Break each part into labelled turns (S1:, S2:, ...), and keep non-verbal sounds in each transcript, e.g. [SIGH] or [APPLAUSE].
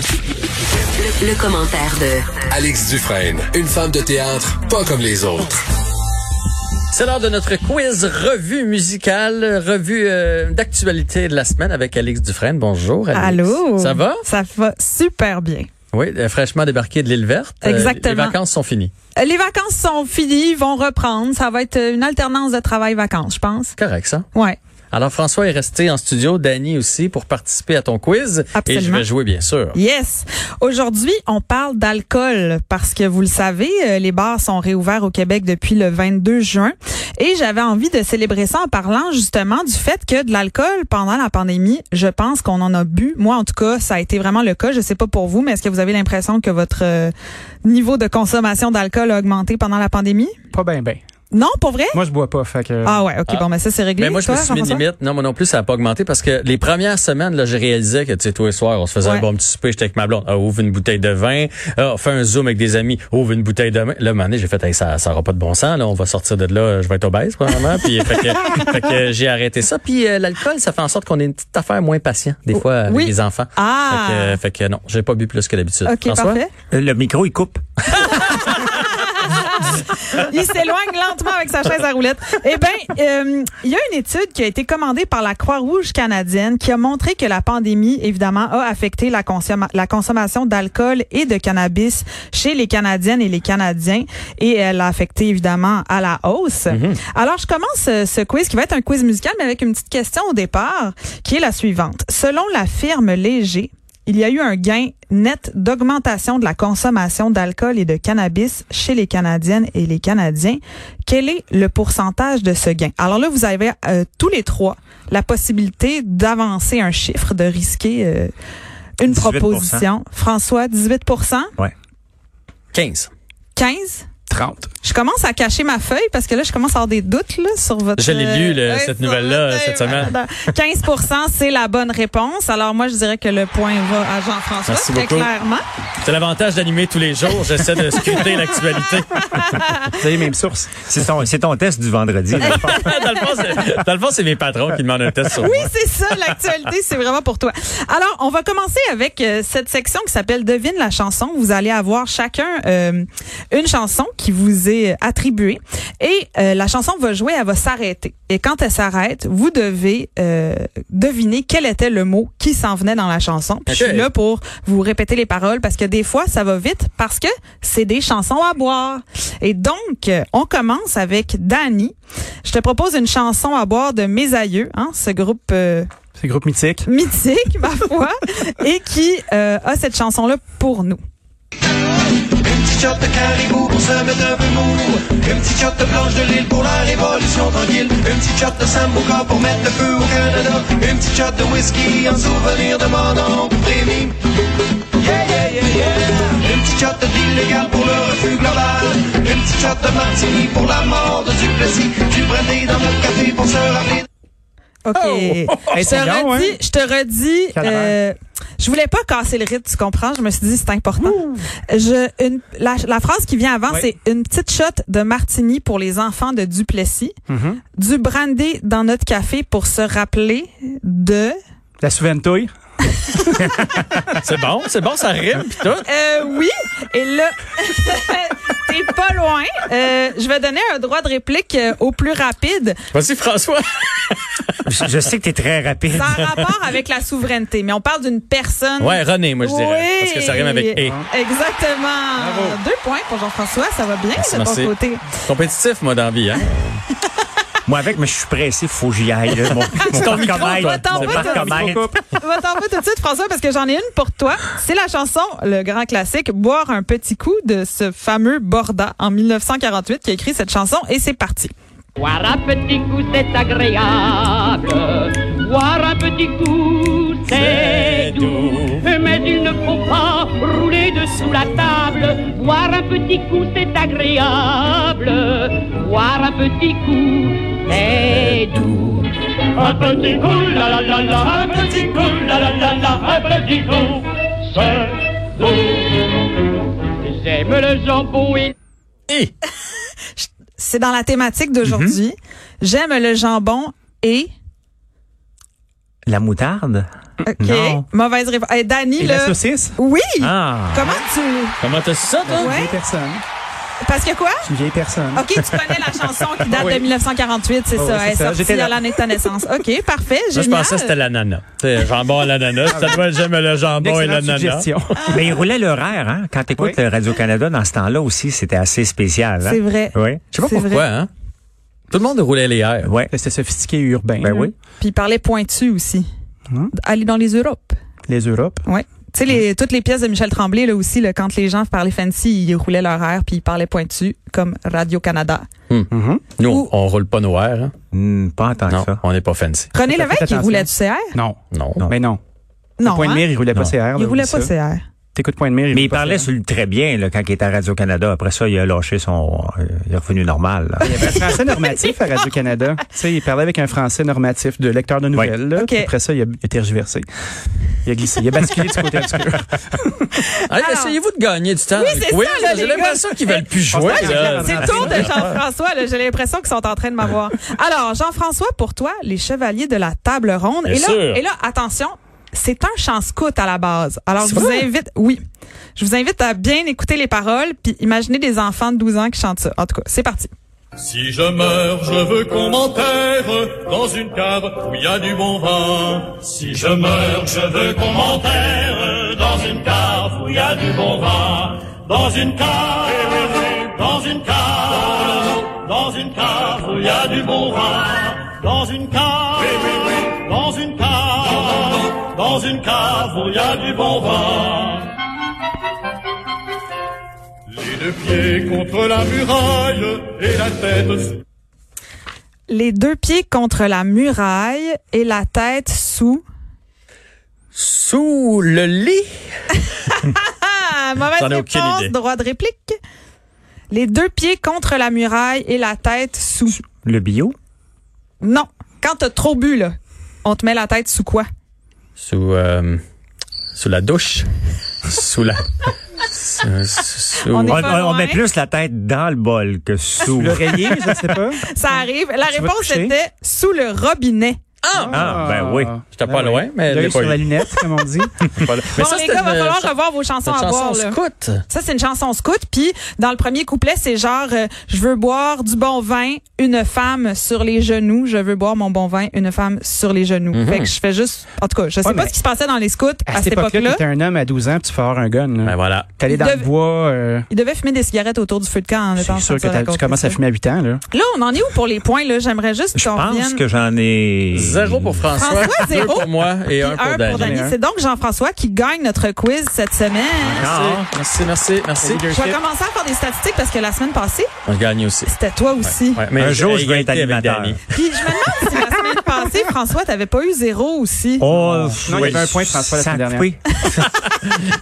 S1: Le, le commentaire de
S2: Alex Dufresne, une femme de théâtre pas comme les autres.
S3: C'est l'heure de notre quiz revue musicale, revue euh, d'actualité de la semaine avec Alex Dufresne. Bonjour, Alex.
S4: Allô?
S3: Ça va?
S4: Ça va super bien.
S3: Oui, euh, fraîchement débarqué de l'île verte. Euh,
S4: Exactement.
S3: les vacances sont finies.
S4: Euh, Les vacances sont finies, vont reprendre. Ça va être une alternance de travail-vacances, je pense.
S3: Correct, ça.
S4: Ouais.
S3: Alors, François est resté en studio, Dany aussi, pour participer à ton quiz. Et je
S4: Absolument.
S3: vais jouer, bien sûr.
S4: Yes. Aujourd'hui, on parle d'alcool parce que vous le savez, euh, les bars sont réouverts au Québec depuis le 22 juin. Et j'avais envie de célébrer ça en parlant justement du fait que de l'alcool pendant la pandémie, je pense qu'on en a bu. Moi, en tout cas, ça a été vraiment le cas. Je sais pas pour vous, mais est-ce que vous avez l'impression que votre euh, niveau de consommation d'alcool a augmenté pendant la pandémie?
S5: Pas bien, bien.
S4: Non, pour vrai?
S5: Moi, je bois pas, fait que.
S4: Ah ouais, ok,
S3: Ah.
S4: bon, mais ça c'est réglé.
S3: Mais moi, je
S4: Toi,
S3: me suis mis une
S4: Jean-François?
S3: limite. Non, moi non plus, ça n'a pas augmenté parce que les premières semaines, là, je réalisais que, tu sais, tous les soirs, on se faisait
S4: Ouais.
S3: un bon petit souper, j'étais avec ma blonde. Ah, ouvre une bouteille de vin. Ah, on fait un zoom avec des amis. Ouvre une bouteille de vin. Là, un moment donné, j'ai fait, Hey, ça, ça aura pas de bon sens, là. On va sortir de là. Je vais être obèse, probablement. Puis, fait
S4: [LAUGHS]
S3: que, fait que j'ai arrêté ça. Puis, euh, l'alcool, ça fait en sorte qu'on est une petite affaire moins patient, des fois, avec
S4: Oh, oui.
S3: les enfants.
S4: Ah.
S3: Fait que, euh, fait que non, j'ai pas bu plus que d'habitude.
S4: Ok,
S3: François?
S4: parfait.
S6: Euh, Le micro, il coupe.
S4: Il s'éloigne lentement avec sa chaise à roulettes. Eh bien, euh, il y a une étude qui a été commandée par la Croix-Rouge canadienne qui a montré que la pandémie, évidemment, a affecté la, consomm- la consommation d'alcool et de cannabis chez les Canadiennes et les Canadiens. Et elle a affecté, évidemment, à la hausse.
S3: Mm-hmm.
S4: Alors, je commence euh, ce quiz qui va être un quiz musical, mais avec une petite question au départ, qui est la suivante. Selon la firme Léger, il y a eu un gain net d'augmentation de la consommation d'alcool et de cannabis chez les Canadiennes et les Canadiens. Quel est le pourcentage de ce gain? Alors là, vous avez euh, tous les trois la possibilité d'avancer un chiffre, de risquer euh, une
S6: 18%.
S4: proposition. François, 18
S3: 15.
S4: 15
S5: 30.
S4: je commence à cacher ma feuille parce que là, je commence à avoir des doutes là, sur votre...
S3: Je l'ai lu, le-
S4: euh,
S3: cette
S4: sur
S3: nouvelle-là,
S4: votre-
S3: cette semaine.
S4: 15 c'est la bonne réponse. Alors moi, je dirais que le point va à Jean-François,
S3: Merci
S4: très
S3: beaucoup.
S4: clairement.
S3: C'est l'avantage d'animer tous les jours. J'essaie de scruter l'actualité.
S5: Vous avez les mêmes sources.
S6: [LAUGHS] C'est ton, c'est ton test du vendredi.
S3: [LAUGHS]
S6: là.
S3: dans le fond, c'est- dans le fond, c'est mes patrons qui demandent un test sur moi.
S4: Oui, c'est ça, l'actualité, c'est vraiment pour toi. Alors, on va commencer avec euh, cette section qui s'appelle Devine la chanson. Vous allez avoir chacun euh, une chanson qui vous est attribuée et euh, la chanson va jouer, elle va s'arrêter. Et quand elle s'arrête, vous devez euh, deviner quel était le mot qui s'en venait dans la chanson. Puis Je
S3: Ok.
S4: suis là pour vous répéter les paroles parce que des fois, ça va vite parce que c'est des chansons à boire. Et donc, euh, on commence avec Danny. Je te propose une chanson à boire de Mes Aïeux, hein, ce groupe euh,
S5: C'est le groupe mythique.
S4: mythique, [LAUGHS] ma foi, et qui euh, a cette chanson-là pour nous.
S7: Une petite shot de caribou pour se mettre un peu mou. Une petite shot de planche de l'île pour la révolution tranquille. Une petite shot de Sambuca pour mettre le feu au Canada. Une petite shot de whisky en souvenir de mon oncle Rémi. Yeah, yeah, yeah, yeah. Une petite shot d'illégal pour le refus global. Une petite shot de martini pour la mort de Duplessis. Du brandy dans notre café pour se rappeler.
S4: OK.
S5: Hey,
S4: je, te
S5: c'est long,
S4: redis,
S5: hein?
S4: je te redis,
S5: Calvaire.
S4: euh, je voulais pas casser le rythme, tu comprends? Je me suis dit, c'est important. Je, une, la, la phrase qui vient avant,
S5: Oui.
S4: c'est une petite shot de martini pour les enfants de Duplessis. Du brandy dans notre café pour se rappeler de...
S5: La Souventouille.
S3: C'est bon, c'est bon, ça rime pis tout.
S4: Euh, oui. Et là, [LAUGHS] t'es pas loin. Euh, je vais donner un droit de réplique euh, au plus rapide.
S3: Vas-y, François.
S6: Je, je sais que t'es très rapide.
S4: Ça a rapport avec la souveraineté, mais on parle d'une personne.
S3: Ouais, René, moi, je dirais.
S4: Oui.
S3: Parce que ça rime avec E. et.
S4: Exactement. Deux points pour Jean-François. Ça va bien de ton
S3: merci.
S4: côté.
S3: Compétitif, moi, dans la vie, hein.
S6: [LAUGHS] Moi, avec, mais je suis pressé, faut que j'y aille. là.
S3: [LAUGHS]
S6: Mon, mon
S3: ton micro,
S6: parcomètre,
S3: toi,
S4: t'en
S6: mon
S4: vas, t'as-
S6: parcomètre.
S4: Va t'en pas tout de suite, François, parce que j'en ai une pour toi. C'est la chanson, le grand classique, Boire un petit coup de ce fameux Borda en 1948 qui a écrit cette chanson et c'est parti.
S8: Boire un petit coup, c'est agréable. Boire un petit coup, c'est doux. Mais il ne faut pas rouler dessous la table. Boire un petit coup, c'est agréable. Boire un petit coup, c'est doux. Un petit coup, la la la la, un petit coup, la la la la, un petit coup, c'est doux. J'aime le jambon et
S3: Et.
S4: C'est dans la thématique
S3: Mm-hmm.
S4: d'aujourd'hui. J'aime le jambon et
S6: La moutarde?
S4: OK.
S6: Non.
S4: Mauvaise réponse. Eh, Dani,
S5: Et
S4: là.
S5: la saucisse?
S4: Oui!
S6: Ah.
S4: Comment tu.
S3: Comment t'as su ça, toi?
S5: Une
S4: Ouais. Ah.
S5: vieille personne.
S4: Parce que quoi?
S5: Une vieille personne.
S4: OK, tu connais la chanson qui date
S5: Oui.
S4: de 1948, c'est
S5: Oh,
S4: ça.
S5: oui, c'est
S4: Elle est
S5: ça.
S4: sortie
S5: J'étais
S4: à
S5: là.
S4: l'année de ta naissance. OK, parfait.
S3: Moi,
S4: Génial. Ah,
S3: je pensais que c'était l'ananas. Tu sais, Jambon à l'ananas. Ça doit être j'aime le
S5: Une
S3: jambon et
S5: excellente
S3: l'ananas.
S4: [LAUGHS]
S5: suggestion.
S6: Mais il roulait l'horaire, hein? Quand t'écoutes
S5: Oui.
S6: euh, Radio-Canada, dans ce temps-là aussi, c'était assez spécial. hein?
S4: C'est vrai.
S6: Oui. Je sais pas
S4: C'est
S6: pourquoi.
S3: Ouais, hein? Tout le monde roulait les airs.
S6: Ouais.
S5: Ben, C'était sophistiqué et urbain.
S6: Ben oui.
S4: Puis il parlait pointu aussi.
S5: Hum.
S4: Aller dans les Europes.
S5: Les Europes.
S4: Oui. Tu sais, les- toutes les pièces de Michel Tremblay, là aussi, là, quand les gens parlaient fancy, ils roulaient leur air puis ils parlaient pointu, comme Radio-Canada.
S3: Nous,
S4: Ou-
S3: on, on roule pas nos airs. hein.
S6: Hmm, pas en tant
S3: Non,
S6: que ça.
S3: on n'est pas fancy.
S4: René
S5: Faites
S4: Lévesque, il
S5: attention.
S4: roulait du CR?
S5: Non.
S3: Non.
S5: Mais non.
S4: Non.
S5: Point de
S4: hein?
S5: mire, il roulait pas
S3: Non.
S5: ses airs.
S4: Il
S5: là,
S4: roulait pas
S5: oublie ça.
S4: CR.
S5: T'écoutes Point de mire. il
S6: Mais il
S5: roule pas
S6: parlait
S5: ses
S6: sur le très bien là, quand il était à Radio-Canada. Après ça, il a lâché son. euh, il est revenu normal. là.
S5: airs. Il y avait un français normatif à
S4: [LAUGHS]
S5: Radio-Canada. tu sais, il parlait avec un français normatif de lecteur de nouvelles. là.
S4: OK.
S5: Puis Après ça, il a, il a tergiversé. Il a glissé. Il a basculé du côté obscur.
S3: Allez,
S4: Alors-
S3: essayez-vous de gagner du temps.
S4: Oui, c'est
S3: oui,
S4: ça, là,
S3: j'ai
S4: les
S3: l'impression
S4: gars.
S3: qu'ils veulent plus jouer.
S5: se
S3: là.
S5: regarde.
S4: C'est le tour de Jean-François. là. J'ai l'impression qu'ils sont en train
S3: [LAUGHS]
S4: de m'avoir. Alors, Jean-François, pour toi, les chevaliers de la table ronde.
S3: Bien
S4: et, là,
S3: sûr.
S4: et là, attention, c'est un chant scout à la base. Alors,
S3: C'est
S4: je vous
S3: vrai?
S4: invite, oui, je vous invite à bien écouter les paroles puis imaginez des enfants de 12 ans qui chantent ça. En tout cas, c'est parti.
S9: Si je meurs, je veux qu'on m'enterre dans une cave où il y a du bon vin. Si je meurs, je veux qu'on m'enterre dans une cave où il y a du bon vin. Dans une cave, dans une cave, dans une cave où il y a du bon vin. Dans une cave, dans une cave, dans une cave où il y a du bon vin. Les deux pieds contre la muraille et la tête
S4: Les deux pieds contre la muraille et la tête sous.
S3: Sous le lit.
S4: Ah, mauvaise
S3: J'en ai aucune
S4: réponse,
S3: idée.
S4: droit de réplique. Les deux pieds contre la muraille et la tête sous.
S6: Le bio?
S4: Non. Quand t'as trop bu, là, on te met la tête sous quoi?
S3: Sous, euh, sous la douche. sous la... [LAUGHS] sous- sous-
S4: On est-
S6: On,
S4: pas
S6: on- on
S4: loin.
S6: met plus la tête dans le bol que sous.
S5: L'oreiller, je ne sais pas.
S4: Ça arrive. La
S5: vas te
S4: réponse
S5: coucher?
S4: était sous le robinet.
S6: Ah, ben oui.
S3: J'étais pas loin, mais je l'ai
S5: L'œil
S3: pas
S5: sur
S3: eu.
S5: la lunette, comme
S4: [LAUGHS]
S5: on dit.
S3: Pas là. Mais
S4: bon, les
S3: c'était
S4: gars, va
S3: une
S4: falloir
S3: cha-
S4: revoir vos chansons
S3: une
S4: à boire.
S3: chanson
S4: là.
S3: scout.
S4: Ça, c'est une chanson scout. Puis, dans le premier couplet, c'est genre euh, Je veux boire du bon vin, une femme sur les genoux. Je veux boire mon bon vin, une femme sur les genoux. Fait que je fais juste. En tout cas, je sais
S5: Ouais,
S4: pas
S5: mais
S4: ce qui se passait dans les scouts à,
S5: À cette époque-là, t'étais un homme à 12 ans, puis tu fais avoir un gun. là.
S3: Ben voilà.
S5: T'allais dans
S4: Dev-
S5: le bois. euh,
S4: Ils devaient fumer des cigarettes autour du feu de camp hein, en
S5: je
S4: étant
S5: suis sûr
S4: sur
S5: que
S4: la
S5: t'as- tu
S4: côte,
S5: commences
S4: c'est
S5: à
S4: ça.
S5: fumer à 8 ans. Là.
S4: Là, on en est où pour les points? là? J'aimerais juste
S6: Je
S4: qu'on
S6: pense
S4: revienne.
S6: que j'en ai.
S3: Zéro pour François. [LAUGHS]
S4: François,
S3: deux
S4: zéro.
S3: pour moi et
S4: Puis
S3: un pour Daniel.
S4: Dany. C'est donc Jean-François qui gagne notre quiz cette semaine.
S6: Ah.
S3: Merci, merci, merci.
S4: Je vais commencer à faire des statistiques parce que la semaine passée,
S3: On gagne aussi.
S4: c'était toi aussi.
S3: Ouais, mais
S6: Un jour, je
S3: égalité
S6: vais être
S3: avec
S6: animateur.
S3: Dany.
S4: Puis je me demande si la
S3: [LAUGHS]
S4: semaine passée, François, t'avais pas eu zéro aussi.
S6: Oh,
S5: Non, il y avait un point de François la
S6: ça a
S5: semaine
S6: [LAUGHS] coupé.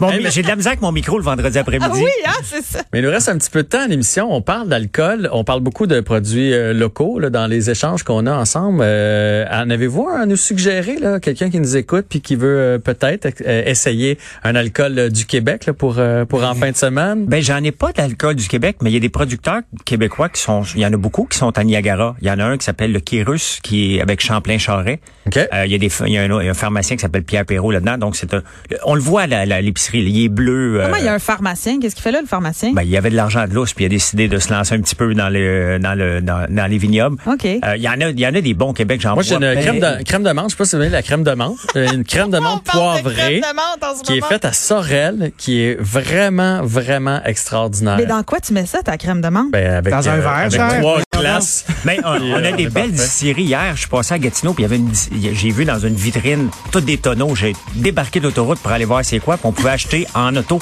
S6: Mon mi- J'ai de la misère avec mon micro le vendredi
S4: Ah
S6: après-midi.
S4: oui, hein, c'est ça.
S3: Mais il nous reste un petit peu de temps à l'émission. On parle d'alcool, on parle beaucoup de produits euh, locaux là, dans les échanges qu'on a ensemble. Euh, en avez-vous un à nous suggérer, là, quelqu'un qui nous écoute puis qui veut euh, peut-être euh, essayer un alcool euh, du Québec là, pour euh, pour en fin de semaine?
S6: Ben j'en ai pas d'alcool du Québec, mais il y a des producteurs québécois qui sont, il y en a beaucoup qui sont à Niagara. Il y en a un qui s'appelle le Kérus, qui est avec Champlain Charret.
S3: OK.
S6: Euh, il y a des, il y a un, autre- il y a un pharmacien qui s'appelle Pierre Perrault là-dedans. Donc c'est un, on le voit à la- la- l'épicerie, il est bleu.
S3: Ben,
S6: euh,
S4: Comment il y a un pharmacien? Qu'est-ce qu'il fait là, le pharmacien?
S6: ben, il y avait de l'argent de lousse, puis il a décidé de se lancer un petit peu dans le dans le dans, dans les vignobles.
S4: Ah, OK.
S6: Euh, il y en a il y en a des bons au Québec, j'en
S3: Moi, j'ai
S6: vois
S3: une
S6: plein.
S3: crème de, crème de menthe. Je sais pas si vous voyez la crème de menthe. Euh, Une crème [LAUGHS] de menthe poivrée qui est faite à Sorel, qui est vraiment, vraiment extraordinaire.
S4: Mais dans quoi tu mets ça, ta crème de menthe?
S3: Ben, avec,
S5: Dans un verre,
S3: avec
S5: cher.
S3: trois glaces.
S6: Mais Ben, on, on
S3: euh,
S6: a des
S3: c'est parfait.
S6: belles distilleries. Hier, je suis passé à Gatineau, puis il y avait une dis- il y a- j'ai vu dans une vitrine tous des tonneaux. J'ai débarqué d'autoroute pour aller voir c'est quoi, puis on pouvait acheter en auto.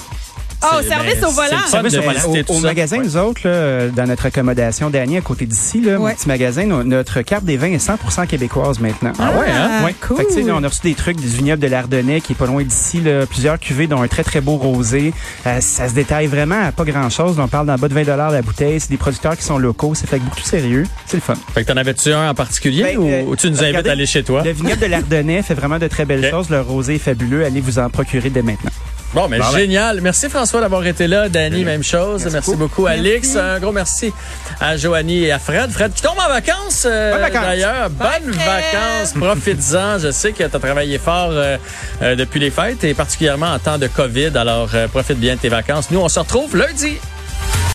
S4: oh,
S3: c'est-
S4: service
S3: ben,
S4: au volant!
S3: c'est le fun.
S6: Service au
S5: Mais
S6: volant.
S5: au-
S3: c'était tout
S5: au
S3: ça.
S5: magasin,
S3: Ouais.
S5: nous autres, là, euh, dans notre accommodation dernier à côté d'ici, là,
S4: Ouais.
S5: mon petit magasin, no- notre carte des vins est 100 québécoise maintenant.
S4: Ah ouais, hein?
S5: Ouais.
S4: Cool.
S5: Fait que, tu sais, là, on a reçu des trucs du vignoble de l'Ardennais qui est pas loin d'ici, là, plusieurs cuvées dont un très très beau rosé. Euh, ça se détaille vraiment à pas grand chose. On parle d'en bas de 20 la bouteille. C'est des producteurs qui sont locaux. C'est fait avec beaucoup de sérieux. C'est le fun.
S3: Fait que t'en avais-tu un en particulier
S5: Ben,
S3: ou,
S5: euh,
S3: ou tu nous invites
S5: regardez,
S3: à aller chez toi?
S5: Le vignoble de l'Ardennais fait vraiment de très belles
S3: Ok.
S5: choses. Le rosé est fabuleux. Allez vous en procurer dès maintenant.
S3: Bon, mais
S6: Bon, ben.
S3: génial. Merci François d'avoir été là. Danny, même chose. Merci, beaucoup, Alix. Un gros merci à Joanie et à Fred. Fred qui tombe en vacances, euh,
S5: Bonnes vacances.
S3: d'ailleurs. Bonnes vacances. Profites-en. Je sais que tu as travaillé fort euh, euh, depuis les fêtes et particulièrement en temps de COVID. Alors, euh, profite bien de tes vacances. Nous, on se retrouve lundi.